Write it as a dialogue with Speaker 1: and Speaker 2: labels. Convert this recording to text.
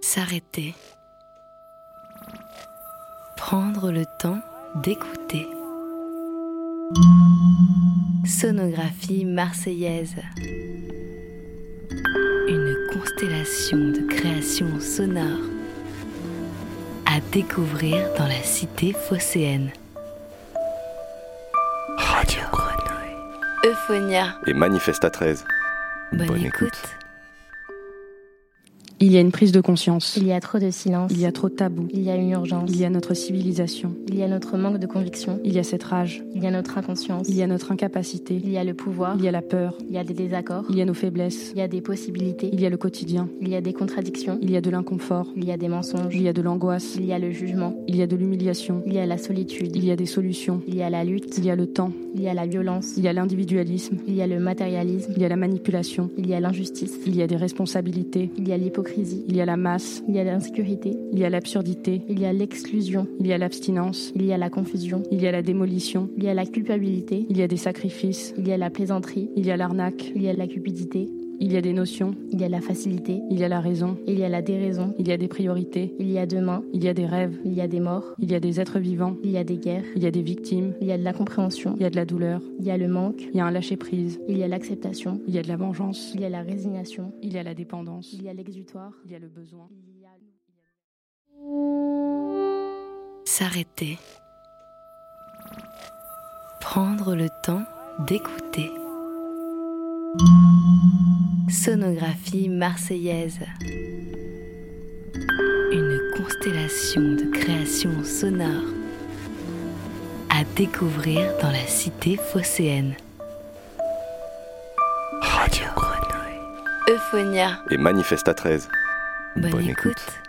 Speaker 1: s'arrêter, prendre le temps d'écouter. Sonographie marseillaise. Une constellation de créations sonores à découvrir dans la cité phocéenne.
Speaker 2: Radio
Speaker 1: Grenouille. Euphonia.
Speaker 2: Et Manifesta 13.
Speaker 1: Bonne, écoute.
Speaker 3: Il y a une prise de conscience.
Speaker 4: Il y a trop de silence.
Speaker 3: Il y a trop de tabous.
Speaker 4: Il y a une urgence.
Speaker 3: Il y a notre civilisation.
Speaker 4: Il y a notre manque de conviction.
Speaker 3: Il y a cette rage.
Speaker 4: Il y a notre inconscience.
Speaker 3: Il y a notre incapacité.
Speaker 4: Il y a le pouvoir.
Speaker 3: Il y a la peur.
Speaker 4: Il y a des désaccords.
Speaker 3: Il y a nos faiblesses.
Speaker 4: Il y a des possibilités.
Speaker 3: Il y a le quotidien.
Speaker 4: Il y a des contradictions.
Speaker 3: Il y a de l'inconfort.
Speaker 4: Il y a des mensonges.
Speaker 3: Il y a de l'angoisse.
Speaker 4: Il y a le jugement.
Speaker 3: Il y a de l'humiliation.
Speaker 4: Il y a la solitude.
Speaker 3: Il y a des solutions.
Speaker 4: Il y a la lutte.
Speaker 3: Il y a le temps.
Speaker 4: Il y a la violence.
Speaker 3: Il y a l'individualisme.
Speaker 4: Il y a le matérialisme.
Speaker 3: Il y a la manipulation.
Speaker 4: Il y a l'injustice.
Speaker 3: Il y a des responsabilités.
Speaker 4: Il y a l'hypocrisie.
Speaker 3: Il y a la masse.
Speaker 4: Il y a l'insécurité.
Speaker 3: Il y a l'absurdité.
Speaker 4: Il y a l'exclusion.
Speaker 3: Il y a l'abstinence.
Speaker 4: Il y a la confusion.
Speaker 3: Il y a la démolition.
Speaker 4: Il y a la culpabilité.
Speaker 3: Il y a des sacrifices.
Speaker 4: Il y a la plaisanterie.
Speaker 3: Il y a l'arnaque.
Speaker 4: Il y a la cupidité.
Speaker 3: Il y a des notions.
Speaker 4: Il y a la facilité.
Speaker 3: Il y a la raison.
Speaker 4: Il y a la déraison.
Speaker 3: Il y a des priorités.
Speaker 4: Il y a demain.
Speaker 3: Il y a des rêves.
Speaker 4: Il y a des morts.
Speaker 3: Il y a des êtres vivants.
Speaker 4: Il y a des guerres.
Speaker 3: Il y a des victimes.
Speaker 4: Il y a de l'incompréhension.
Speaker 3: Il y a de la douleur.
Speaker 4: Il y a le manque.
Speaker 3: Il y a un lâcher-prise.
Speaker 4: Il y a l'acceptation.
Speaker 3: Il y a de la vengeance.
Speaker 4: Il y a la résignation.
Speaker 3: Il y a la dépendance.
Speaker 4: Il y a l'exutoire.
Speaker 3: Il y a le besoin.
Speaker 4: Il y a-
Speaker 1: S'arrêter. Prendre le temps d'écouter. Sonographie marseillaise. Une constellation de créations sonores à découvrir dans la cité phocéenne.
Speaker 2: Radio Grenouille.
Speaker 1: Euphonia.
Speaker 2: Et Manifesta 13.
Speaker 1: Bonne,
Speaker 2: Bonne
Speaker 1: écoute.
Speaker 2: écoute.